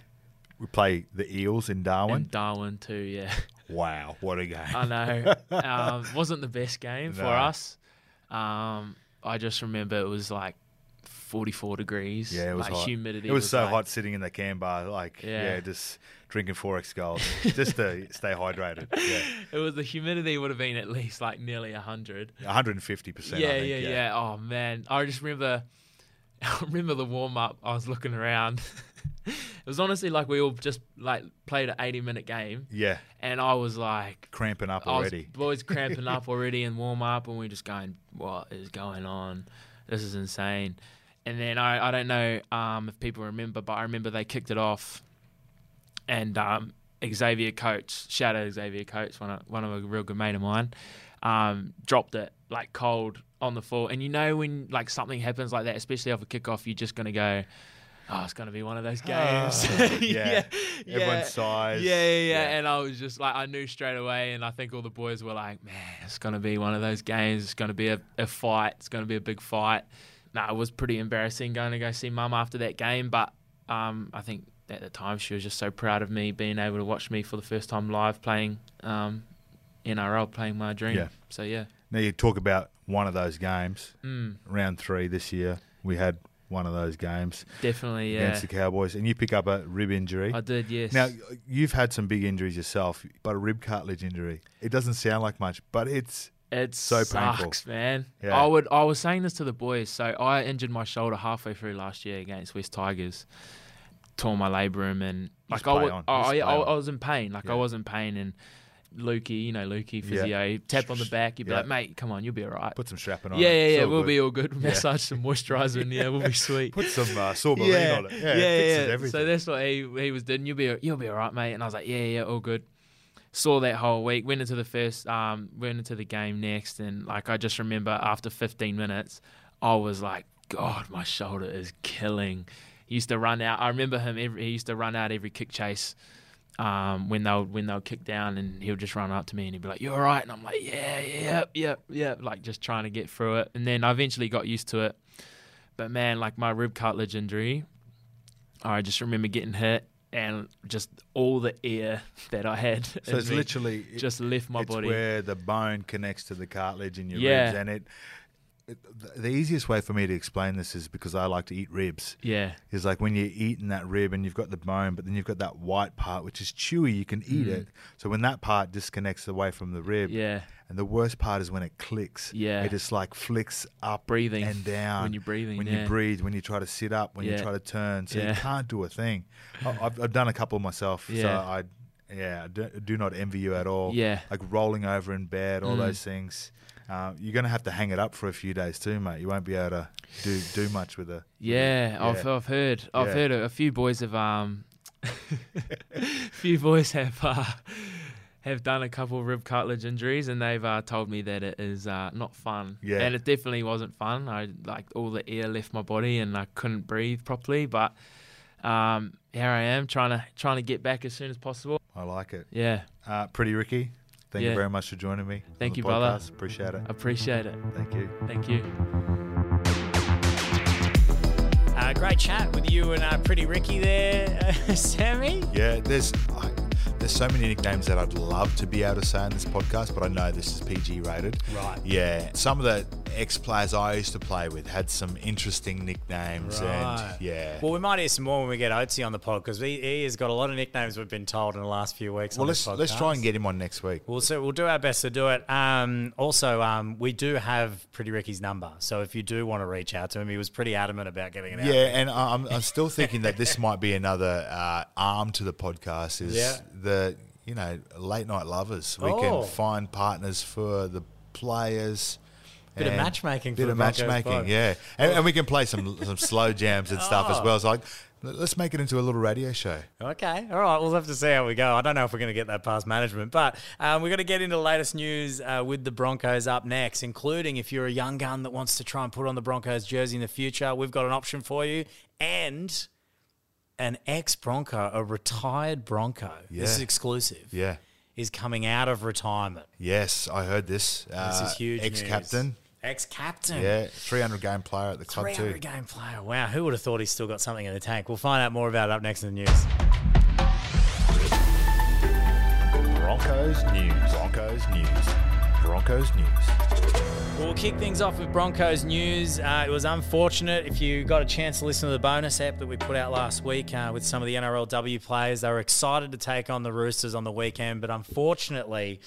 [SPEAKER 2] We play the Eels in Darwin.
[SPEAKER 7] And Darwin too, yeah.
[SPEAKER 2] wow, what a game!
[SPEAKER 7] I know. Um, wasn't the best game for
[SPEAKER 2] No.
[SPEAKER 7] us. Um, I just remember it was like 44 degrees.
[SPEAKER 2] Yeah, it was
[SPEAKER 7] like
[SPEAKER 2] hot.
[SPEAKER 7] humidity.
[SPEAKER 2] It was, so
[SPEAKER 7] like-
[SPEAKER 2] hot sitting in the can bar, like yeah,
[SPEAKER 7] Yeah.
[SPEAKER 2] just drinking Forex Gold just to stay hydrated. Yeah,
[SPEAKER 7] It was the humidity would have been at least like nearly 100.
[SPEAKER 2] 150 percent.
[SPEAKER 7] yeah,
[SPEAKER 2] I think,
[SPEAKER 7] yeah, yeah, Oh man, I just remember, I remember the warm up. I was looking around. it was honestly like we all just like played an 80 minute game,
[SPEAKER 2] Yeah,
[SPEAKER 7] and I was like,
[SPEAKER 2] cramping up
[SPEAKER 7] I was
[SPEAKER 2] already.
[SPEAKER 7] boys cramping up already and warm up, and we are just going, what is going on? This is insane. And then I, I don't know um, if people remember, but I remember they kicked it off, and um, Xavier Coates, shout out Xavier Coates, one of, one of a real good mate of mine, um, dropped it like cold on the floor. And you know when like something happens like that, especially off a kickoff, you're just gonna go, oh, it's gonna be one of those games.
[SPEAKER 2] Ah, yeah. Everyone's sighs.
[SPEAKER 7] Yeah, yeah, yeah,
[SPEAKER 2] Yeah.
[SPEAKER 7] And I was just like, I knew straight away, and I think all the boys were like, man, it's going to be one of those games. It's going to be a, a fight. It's going to be a big fight. No, it was pretty embarrassing going to go see mum after that game, but um, I think at the time she was just so proud of me being able to watch me for the first time live playing um, NRL, playing my dream.
[SPEAKER 2] Yeah.
[SPEAKER 7] So, yeah.
[SPEAKER 2] Now you talk about one of those games,
[SPEAKER 7] Mm.
[SPEAKER 2] round three this year. We had one of those games
[SPEAKER 7] Definitely, yeah.
[SPEAKER 2] against the Cowboys, and you pick up a rib injury.
[SPEAKER 7] I did, yes.
[SPEAKER 2] Now, you've had some big injuries yourself, but a rib cartilage injury. It doesn't sound like much, but it's
[SPEAKER 7] It
[SPEAKER 2] So
[SPEAKER 7] sucks,
[SPEAKER 2] painful.
[SPEAKER 7] man.
[SPEAKER 2] Yeah.
[SPEAKER 7] I would. I was saying this to the boys. So I injured my shoulder halfway through last year against West Tigers, tore my labrum, and like I
[SPEAKER 2] play
[SPEAKER 7] was,
[SPEAKER 2] on.
[SPEAKER 7] I,
[SPEAKER 2] Just
[SPEAKER 7] I,
[SPEAKER 2] play
[SPEAKER 7] I,
[SPEAKER 2] on.
[SPEAKER 7] was in pain. Like I was in pain, and Lukey, you know Lukey physio, tap on the back. You'd be
[SPEAKER 2] Yeah.
[SPEAKER 7] like, mate, come on, you'll be all right.
[SPEAKER 2] put some strapping on.
[SPEAKER 7] yeah,
[SPEAKER 2] it.
[SPEAKER 7] yeah,
[SPEAKER 2] It's
[SPEAKER 7] yeah.
[SPEAKER 2] all
[SPEAKER 7] We'll
[SPEAKER 2] good.
[SPEAKER 7] be all good. Massage some moisturizer in there. We'll be sweet.
[SPEAKER 2] Put some uh, sorbet on it. Yeah, it
[SPEAKER 7] yeah,
[SPEAKER 2] fixes
[SPEAKER 7] yeah.
[SPEAKER 2] everything.
[SPEAKER 7] So that's what he he was doing. You'll be you'll be all right, mate. And I was like, yeah, yeah, all good. Saw that whole week. Went into the first, um, went into the game next, and like I just remember after 15 minutes, I was like, God, my shoulder is killing. He used to run out. I remember him. Every, he used to run out every kick chase. Um, when they'll when they'll kick down and he'll just run up to me and he'll be like, "You all right?" And I'm like, "Yeah, yeah, yeah, yeah," like just trying to get through it. And then I eventually got used to it. But man, like my rib cartilage injury, I just remember getting hit and just all the air that I had.
[SPEAKER 2] So
[SPEAKER 7] in
[SPEAKER 2] it's
[SPEAKER 7] me
[SPEAKER 2] literally it-
[SPEAKER 7] just left my
[SPEAKER 2] it's
[SPEAKER 7] body.
[SPEAKER 2] where the bone connects to the cartilage in your
[SPEAKER 7] Yeah.
[SPEAKER 2] ribs, and it, it. the- The easiest way for me to explain this is because I like to eat ribs.
[SPEAKER 7] Yeah.
[SPEAKER 2] Is like when you're eating that rib and you've got the bone, but then you've got that white part which is chewy. You can eat it. So when that part disconnects away from the rib,
[SPEAKER 7] Mm. Yeah.
[SPEAKER 2] And the worst part is when it clicks.
[SPEAKER 7] Yeah.
[SPEAKER 2] It just like flicks up,
[SPEAKER 7] Breathing.
[SPEAKER 2] and down.
[SPEAKER 7] When you're breathing,
[SPEAKER 2] when you
[SPEAKER 7] yeah.
[SPEAKER 2] breathe, when you try to sit up, when you
[SPEAKER 7] Yeah.
[SPEAKER 2] try to turn. So you
[SPEAKER 7] Yeah.
[SPEAKER 2] can't do a thing. I- I've, I've done a couple myself. So
[SPEAKER 7] Yeah.
[SPEAKER 2] I, yeah, I do, do not envy you at all.
[SPEAKER 7] Yeah. Mm.
[SPEAKER 2] Like rolling over in bed, all those things. Uh, you're gonna have to hang it up for a few days too, mate. You won't be able to do do much with a
[SPEAKER 7] Yeah, I've
[SPEAKER 2] Yeah.
[SPEAKER 7] I've heard I've
[SPEAKER 2] Yeah.
[SPEAKER 7] heard a, a few boys have um, few boys have uh, have done a couple of rib cartilage injuries, and they've uh, told me that it is uh, not fun.
[SPEAKER 2] Yeah.
[SPEAKER 7] and it definitely wasn't fun. I like all the air left my body, and I couldn't breathe properly. But um, here I am trying to trying to get back as soon as possible.
[SPEAKER 2] I like it.
[SPEAKER 7] Yeah,
[SPEAKER 2] Uh, Pretty Ricky, thank you
[SPEAKER 7] Yeah.
[SPEAKER 2] very much for joining me. on
[SPEAKER 7] Thank
[SPEAKER 2] the
[SPEAKER 7] you, brother.
[SPEAKER 2] podcast. Appreciate it.
[SPEAKER 7] appreciate it.
[SPEAKER 2] Thank you.
[SPEAKER 7] Thank you.
[SPEAKER 8] Uh, Uh, great chat with you and uh, Pretty Ricky there, Sammy.
[SPEAKER 2] Yeah, there's I, there's so many nicknames that I'd love to be able to say on this podcast, but I know this is PG rated.
[SPEAKER 8] Right.
[SPEAKER 2] Yeah. Some of the ex players I used to play with had some interesting nicknames,
[SPEAKER 8] Right.
[SPEAKER 2] and yeah.
[SPEAKER 8] Well, we might hear some more when we get Oatsy on the pod because he, he has got a lot of nicknames we've been told in the last few weeks.
[SPEAKER 2] Well,
[SPEAKER 8] on
[SPEAKER 2] let's
[SPEAKER 8] this
[SPEAKER 2] let's try and
[SPEAKER 8] podcast.
[SPEAKER 2] get him on next week.
[SPEAKER 8] We'll so we'll do our best to do it. Um, also, um, we do have Pretty Ricky's number, so if you do want to reach out to him, he was pretty adamant about getting it out.
[SPEAKER 2] Yeah, and I- I'm, I'm still thinking that this might be another uh, arm to the podcast is
[SPEAKER 8] Yeah.
[SPEAKER 2] the you know late night lovers. We
[SPEAKER 8] Oh.
[SPEAKER 2] can find partners for the players.
[SPEAKER 8] Bit of
[SPEAKER 2] and
[SPEAKER 8] matchmaking for
[SPEAKER 2] bit
[SPEAKER 8] the
[SPEAKER 2] of
[SPEAKER 8] Broncos pod.
[SPEAKER 2] matchmaking, yeah, and, and we can play some some slow jams and stuff
[SPEAKER 8] Oh.
[SPEAKER 2] as well. It's like let's make it into a little radio show.
[SPEAKER 8] Okay. All right. We'll have to see how we go. I don't know if we're going to get that past management, but um, we're going to get into the latest news uh, with the Broncos up next, including if you're a young gun that wants to try and put on the Broncos jersey in the future, we've got an option for you and an ex Bronco, a retired Bronco. This is
[SPEAKER 2] Yeah.
[SPEAKER 8] exclusive.
[SPEAKER 2] Yeah,
[SPEAKER 8] Is coming out of retirement.
[SPEAKER 2] yes, I heard this.
[SPEAKER 8] This
[SPEAKER 2] Uh,
[SPEAKER 8] is huge.
[SPEAKER 2] Ex-captain,
[SPEAKER 8] Ex captain.
[SPEAKER 2] yeah, 300 game player at the club
[SPEAKER 8] 300
[SPEAKER 2] too.
[SPEAKER 8] game player. Wow, who would have thought he's still got something in the tank? We'll find out more about it up next in the news.
[SPEAKER 2] Broncos news. Broncos news. Broncos news.
[SPEAKER 8] Well, we'll kick things off with Broncos news. Uh, it was unfortunate if you got a chance to listen to the bonus app that we put out last week uh, with some of the NRLW players. They were excited to take on the Roosters on the weekend, but unfortunately,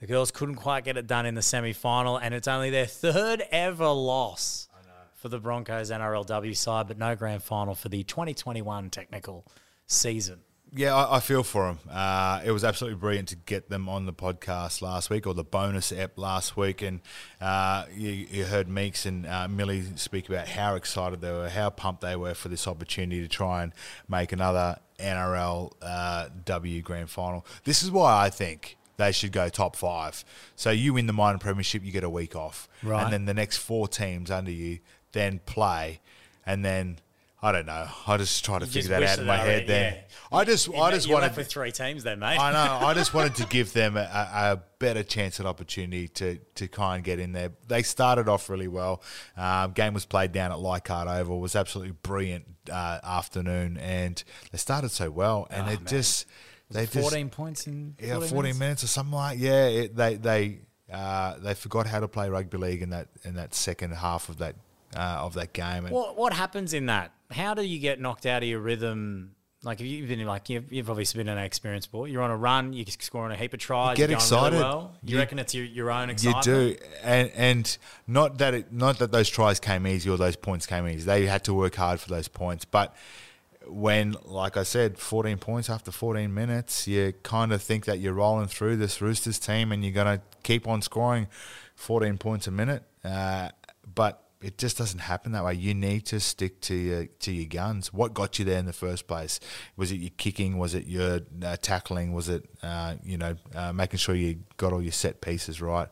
[SPEAKER 8] the girls couldn't quite get it done in the semi final, and it's only their third ever loss for the Broncos NRLW side, but no grand final for the 2021 technical season.
[SPEAKER 2] Yeah, I, I feel for them. Uh, it was absolutely brilliant to get them on the podcast last week or the bonus app last week. And uh, you, you heard Meeks and uh, Millie speak about how excited they were, how pumped they were for this opportunity to try and make another NRL uh, W grand final. This is why I think they should go top five. So you win the minor premiership, you get a week off.
[SPEAKER 8] Right.
[SPEAKER 2] And then the next four teams under you then play. And then. I don't know. I just try to
[SPEAKER 8] You
[SPEAKER 2] figure
[SPEAKER 8] just
[SPEAKER 2] that
[SPEAKER 8] wish
[SPEAKER 2] out in
[SPEAKER 8] that
[SPEAKER 2] my
[SPEAKER 8] they
[SPEAKER 2] head.
[SPEAKER 8] were-
[SPEAKER 2] Then
[SPEAKER 8] yeah.
[SPEAKER 2] I just, I just
[SPEAKER 8] You're
[SPEAKER 2] wanted.
[SPEAKER 8] left with three teams then, mate.
[SPEAKER 2] I know. I just wanted to give them a, a better chance and opportunity to to kind of get in there. They started off really well. Um, game was played down at Leichardt Oval. It was absolutely brilliant uh, afternoon, and they started so well, and it just they just
[SPEAKER 8] 14 points in
[SPEAKER 2] yeah, 14 minutes? or something like yeah. It, they they uh, they forgot how to play rugby league in that in that second half of that uh, of that game. And,
[SPEAKER 8] What what happens in that? How do you get knocked out of your rhythm? Like if you've been like you've, you've obviously been an experienced boy. You're on a run. You're scoring a heap of tries.
[SPEAKER 2] You get
[SPEAKER 8] you're going really
[SPEAKER 2] excited.
[SPEAKER 8] well. You,
[SPEAKER 2] You-
[SPEAKER 8] reckon it's your, your own
[SPEAKER 2] You
[SPEAKER 8] excitement?
[SPEAKER 2] do, and and not that it, not that those tries came easy or those points came easy. They had to work hard for those points, but when, like I said, 14 points after 14 minutes, you kind of think that you're rolling through this Roosters team and you're going to keep on scoring 14 points a minute. Uh, but it just doesn't happen that way. You need to stick to your to your guns. What got you there in the first place? Was it your kicking? Was it your uh, tackling? Was it uh, you know uh, making sure you got all your set pieces right?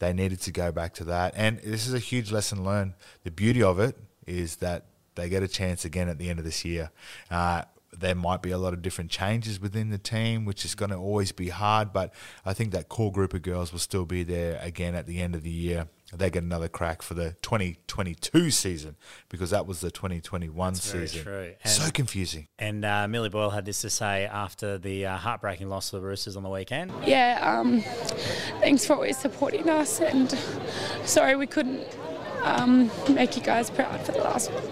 [SPEAKER 2] They needed to go back to that, and this is a huge lesson learned. The beauty of it is that they get a chance again at the end of this year. Uh, there might be a lot of different changes within the team, which is going to always be hard, but I think that core group of girls will still be there again at the end of the year. They get another crack for the 2022 season because that was the 2021
[SPEAKER 8] very
[SPEAKER 2] season.
[SPEAKER 8] true.
[SPEAKER 2] so
[SPEAKER 8] And-
[SPEAKER 2] confusing.
[SPEAKER 8] And uh, Millie Boyle had this to say after the uh, heartbreaking loss to the Roosters on the weekend.
[SPEAKER 10] yeah, um, thanks for always supporting us. And sorry we couldn't um, make you guys proud for the last one.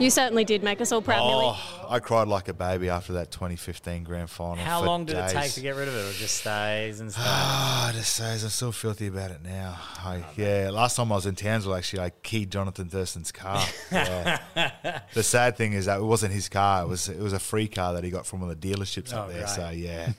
[SPEAKER 11] You certainly did make us all proud, Millie.
[SPEAKER 2] Oh, I cried like a baby after that 2015 grand final.
[SPEAKER 8] How
[SPEAKER 2] for
[SPEAKER 8] long did it take
[SPEAKER 2] days.
[SPEAKER 8] to get rid of it? Or just stays and stays.
[SPEAKER 2] Ah, it just says I'm still filthy about it now. I, yeah, last time I was in Townsville, actually, I keyed Jonathan Thurston's car. Yeah. the sad thing is that it wasn't his car; it was it was a free car that he got from one of the dealerships up
[SPEAKER 8] Oh,
[SPEAKER 2] there.
[SPEAKER 8] great.
[SPEAKER 2] So yeah,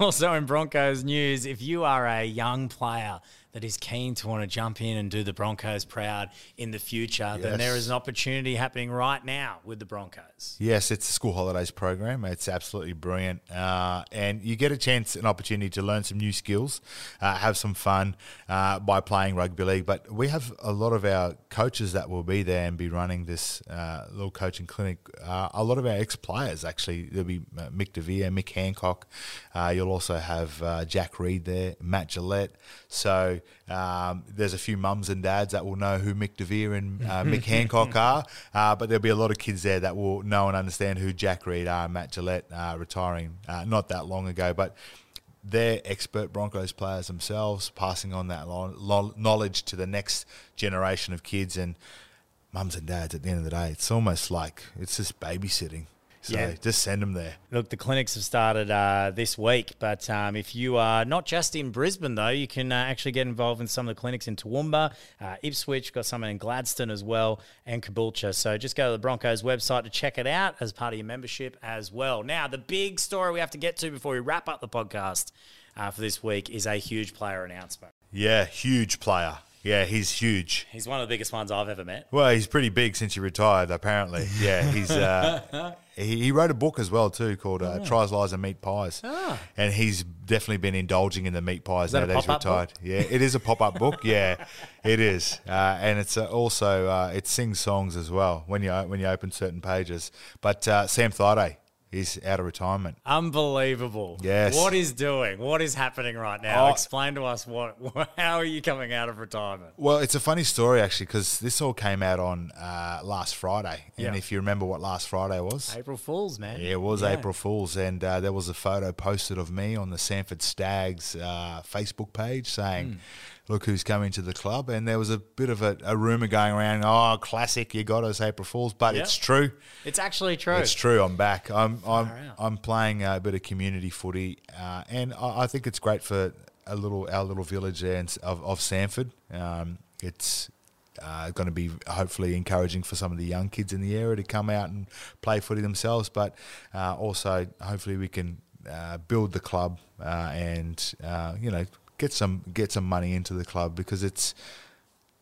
[SPEAKER 8] Also in Broncos news, if you are a young player that is keen to want to jump in and do the Broncos proud in the future, then
[SPEAKER 2] Yes.
[SPEAKER 8] there is an opportunity happening right now with the Broncos.
[SPEAKER 2] yes, it's the school holidays program. It's absolutely brilliant, uh, and you get a chance, an opportunity to learn some new skills, uh, have some fun uh, by playing rugby league. But we have a lot of our coaches that will be there and be running this uh, little coaching clinic. Uh, a lot of our ex-players actually. There'll be uh, Mick DeVere, Mick Hancock. Uh, you'll also have uh, Jack Reed there, Matt Gillette. So um, there's a few mums and dads that will know who Mick DeVere and uh, Mick Hancock are, uh, but there'll be a lot of kids there that will know and understand who Jack Reed are, Matt Gillette uh, retiring uh, not that long ago, but they're expert Broncos players themselves, passing on that lo- lo- knowledge to the next generation of kids and mums and dads. At the end of the day, it's almost like it's just babysitting. So
[SPEAKER 8] Yeah.
[SPEAKER 2] just send them there.
[SPEAKER 8] Look, the clinics have started uh, this week, but um, if you are not just in Brisbane, though, you can uh, actually get involved in some of the clinics in Toowoomba, uh, Ipswich, got some in Gladstone as well, and Caboolture. So just go to the Broncos website to check it out as part of your membership as well. Now, the big story we have to get to before we wrap up the podcast uh, for this week is a huge player announcement.
[SPEAKER 2] Yeah, huge player. Yeah, he's huge.
[SPEAKER 8] He's one of the biggest ones I've ever met.
[SPEAKER 2] Well, he's pretty big since he retired, apparently. Yeah, he's uh, he, he wrote a book as well too called uh, "Tries, Lies, and Meat Pies,"
[SPEAKER 8] Oh. Ah.
[SPEAKER 2] and he's definitely been indulging in the meat pies
[SPEAKER 8] Is that a
[SPEAKER 2] now that he's
[SPEAKER 8] pop-up book?
[SPEAKER 2] retired. Yeah, it is a pop-up book. Yeah, it is, uh, and it's uh, also uh, it sings songs as well when you when you open certain pages. But uh, Sam Thaiday, he's out of retirement.
[SPEAKER 8] Unbelievable.
[SPEAKER 2] Yes.
[SPEAKER 8] What is doing? What is happening right now?
[SPEAKER 2] Oh.
[SPEAKER 8] Explain to us what. How are you coming out of retirement?
[SPEAKER 2] Well, it's a funny story actually because this all came out on uh, last Friday, and
[SPEAKER 8] Yeah.
[SPEAKER 2] if you remember what last Friday was,
[SPEAKER 8] April Fools, man.
[SPEAKER 2] Yeah, it was April Fool's, and uh, there was a photo posted of me on the Sanford Stags uh, Facebook page saying,
[SPEAKER 8] Hmm.
[SPEAKER 2] "Look who's coming to the club." And there was a bit of a, a rumor going around, "Oh, classic, you got us, April Fool's," but
[SPEAKER 8] Yeah.
[SPEAKER 2] it's true.
[SPEAKER 8] It's actually true.
[SPEAKER 2] It's true. I'm back. I'm I'm I'm playing a bit of community footy, uh, and I, I think it's great for a little our little village there in, S- of of Sanford. Um, it's uh, going to be hopefully encouraging for some of the young kids in the area to come out and play footy themselves, but uh, also hopefully we can uh, build the club uh, and uh, you know get some get some money into the club because it's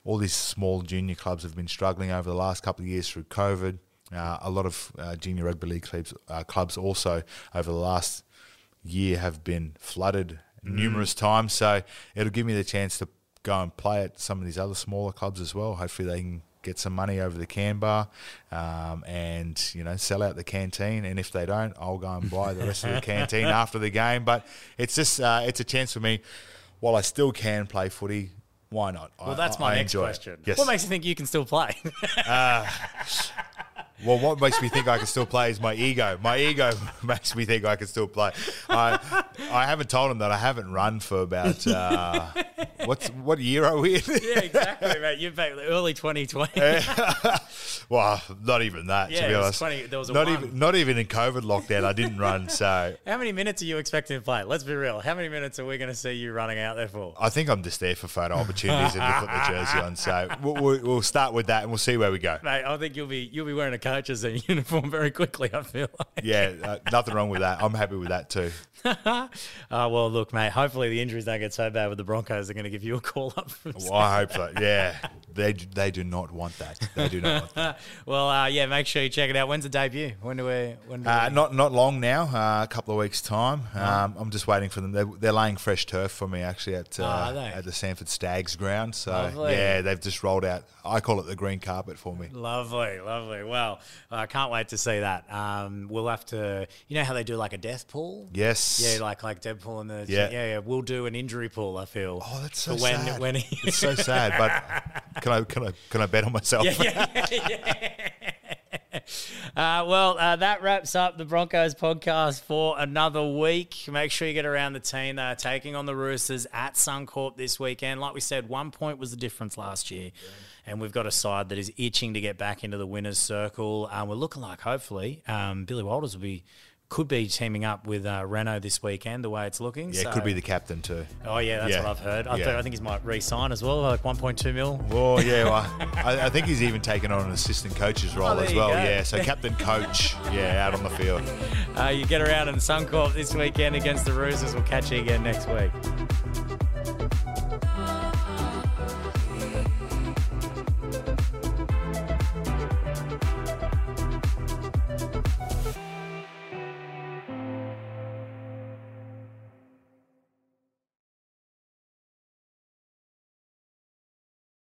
[SPEAKER 2] all these small junior clubs have been struggling over the last couple of years through COVID. Uh, a lot of uh, junior rugby league clubs, uh, clubs also over the last year have been flooded numerous times. So it'll give me the chance to go and play at some of these other smaller clubs as well. Hopefully they can get some money over the can bar um, and, you know, sell out the canteen. And if they don't, I'll go and buy the rest of the canteen after the game. But it's just, uh, it's a chance for me while I still can play footy. Why not?
[SPEAKER 8] Well,
[SPEAKER 2] I-
[SPEAKER 8] that's
[SPEAKER 2] I-
[SPEAKER 8] my
[SPEAKER 2] I
[SPEAKER 8] next
[SPEAKER 2] enjoy it.
[SPEAKER 8] question.
[SPEAKER 2] Yes.
[SPEAKER 8] What makes you think you can still play?
[SPEAKER 2] Uh, well, what makes me think I can still play is my ego. My ego makes me think I can still play. I I haven't told him that I haven't run for about uh, what's what year are we in?
[SPEAKER 8] yeah, exactly, mate. You're back in the early 2020.
[SPEAKER 2] Eh. well, not even that
[SPEAKER 8] Yeah,
[SPEAKER 2] to be
[SPEAKER 8] it was
[SPEAKER 2] honest.
[SPEAKER 8] 20 there was a
[SPEAKER 2] not
[SPEAKER 8] one.
[SPEAKER 2] even not even in COVID lockdown I didn't run. So
[SPEAKER 8] How many minutes are you expecting to play? Let's be real. How many minutes are we going to see you running out there for?
[SPEAKER 2] I think I'm just there for photo opportunities and to put the jersey on. So we'll, we'll, we'll start with that and we'll see where we go.
[SPEAKER 8] Mate, I think you'll be you'll be wearing a coach's uniform very quickly. I feel like.
[SPEAKER 2] Yeah, uh, nothing wrong with that. I'm happy with that too.
[SPEAKER 8] Uh, well, look, mate. Hopefully the injuries don't get so bad with the Broncos. They're going to give you a call up. From
[SPEAKER 2] Well, I hope so. Yeah, they they do not want that. They do not want
[SPEAKER 8] well, uh, yeah. Make sure you check it out. When's the debut? When do we? When do
[SPEAKER 2] Uh,
[SPEAKER 8] we?
[SPEAKER 2] not not long now. Uh, a couple of weeks time. Um, I'm just waiting for them. They're, they're laying fresh turf for me actually at uh,
[SPEAKER 8] Ah, are they?
[SPEAKER 2] at the Sanford Stags ground. So
[SPEAKER 8] Lovely.
[SPEAKER 2] yeah, they've just rolled out. I call it the green carpet for me.
[SPEAKER 8] Lovely, lovely. Well, I can't wait to see that. Um, we'll have to, you know how they do like a death pool?
[SPEAKER 2] Yes.
[SPEAKER 8] Yeah, like like Deadpool and the yeah,
[SPEAKER 2] Yeah.
[SPEAKER 8] yeah. We'll do an injury pool. I feel.
[SPEAKER 2] Oh, that's so
[SPEAKER 8] For when,
[SPEAKER 2] sad.
[SPEAKER 8] When
[SPEAKER 2] it's so sad, but can I can I can I bet on myself?
[SPEAKER 8] yeah, yeah, yeah. Uh, well, uh, that wraps up the Broncos podcast for another week. Make sure you get around the team. They are taking on the Roosters at Suncorp this weekend. Like we said, one point was the difference last year, and we've got a side that is itching to get back into the winners' circle. Um, we're looking like hopefully um, Billy Walters will be. Could be teaming up with uh, Renault this weekend, the way it's looking.
[SPEAKER 2] Yeah,
[SPEAKER 8] so.
[SPEAKER 2] it could be the captain too.
[SPEAKER 8] Oh yeah, that's
[SPEAKER 2] Yeah.
[SPEAKER 8] what I've heard. I,
[SPEAKER 2] Yeah.
[SPEAKER 8] th- I think he might re-sign as well, like 1.2 mil.
[SPEAKER 2] Oh yeah, well, I, I think he's even taken on an assistant coach's role
[SPEAKER 8] Oh, there
[SPEAKER 2] as
[SPEAKER 8] you
[SPEAKER 2] well.
[SPEAKER 8] go.
[SPEAKER 2] Yeah, so captain coach. Yeah, out on the field.
[SPEAKER 8] Uh, you get around in Suncorp this weekend against the Roosters. We'll catch you again next week.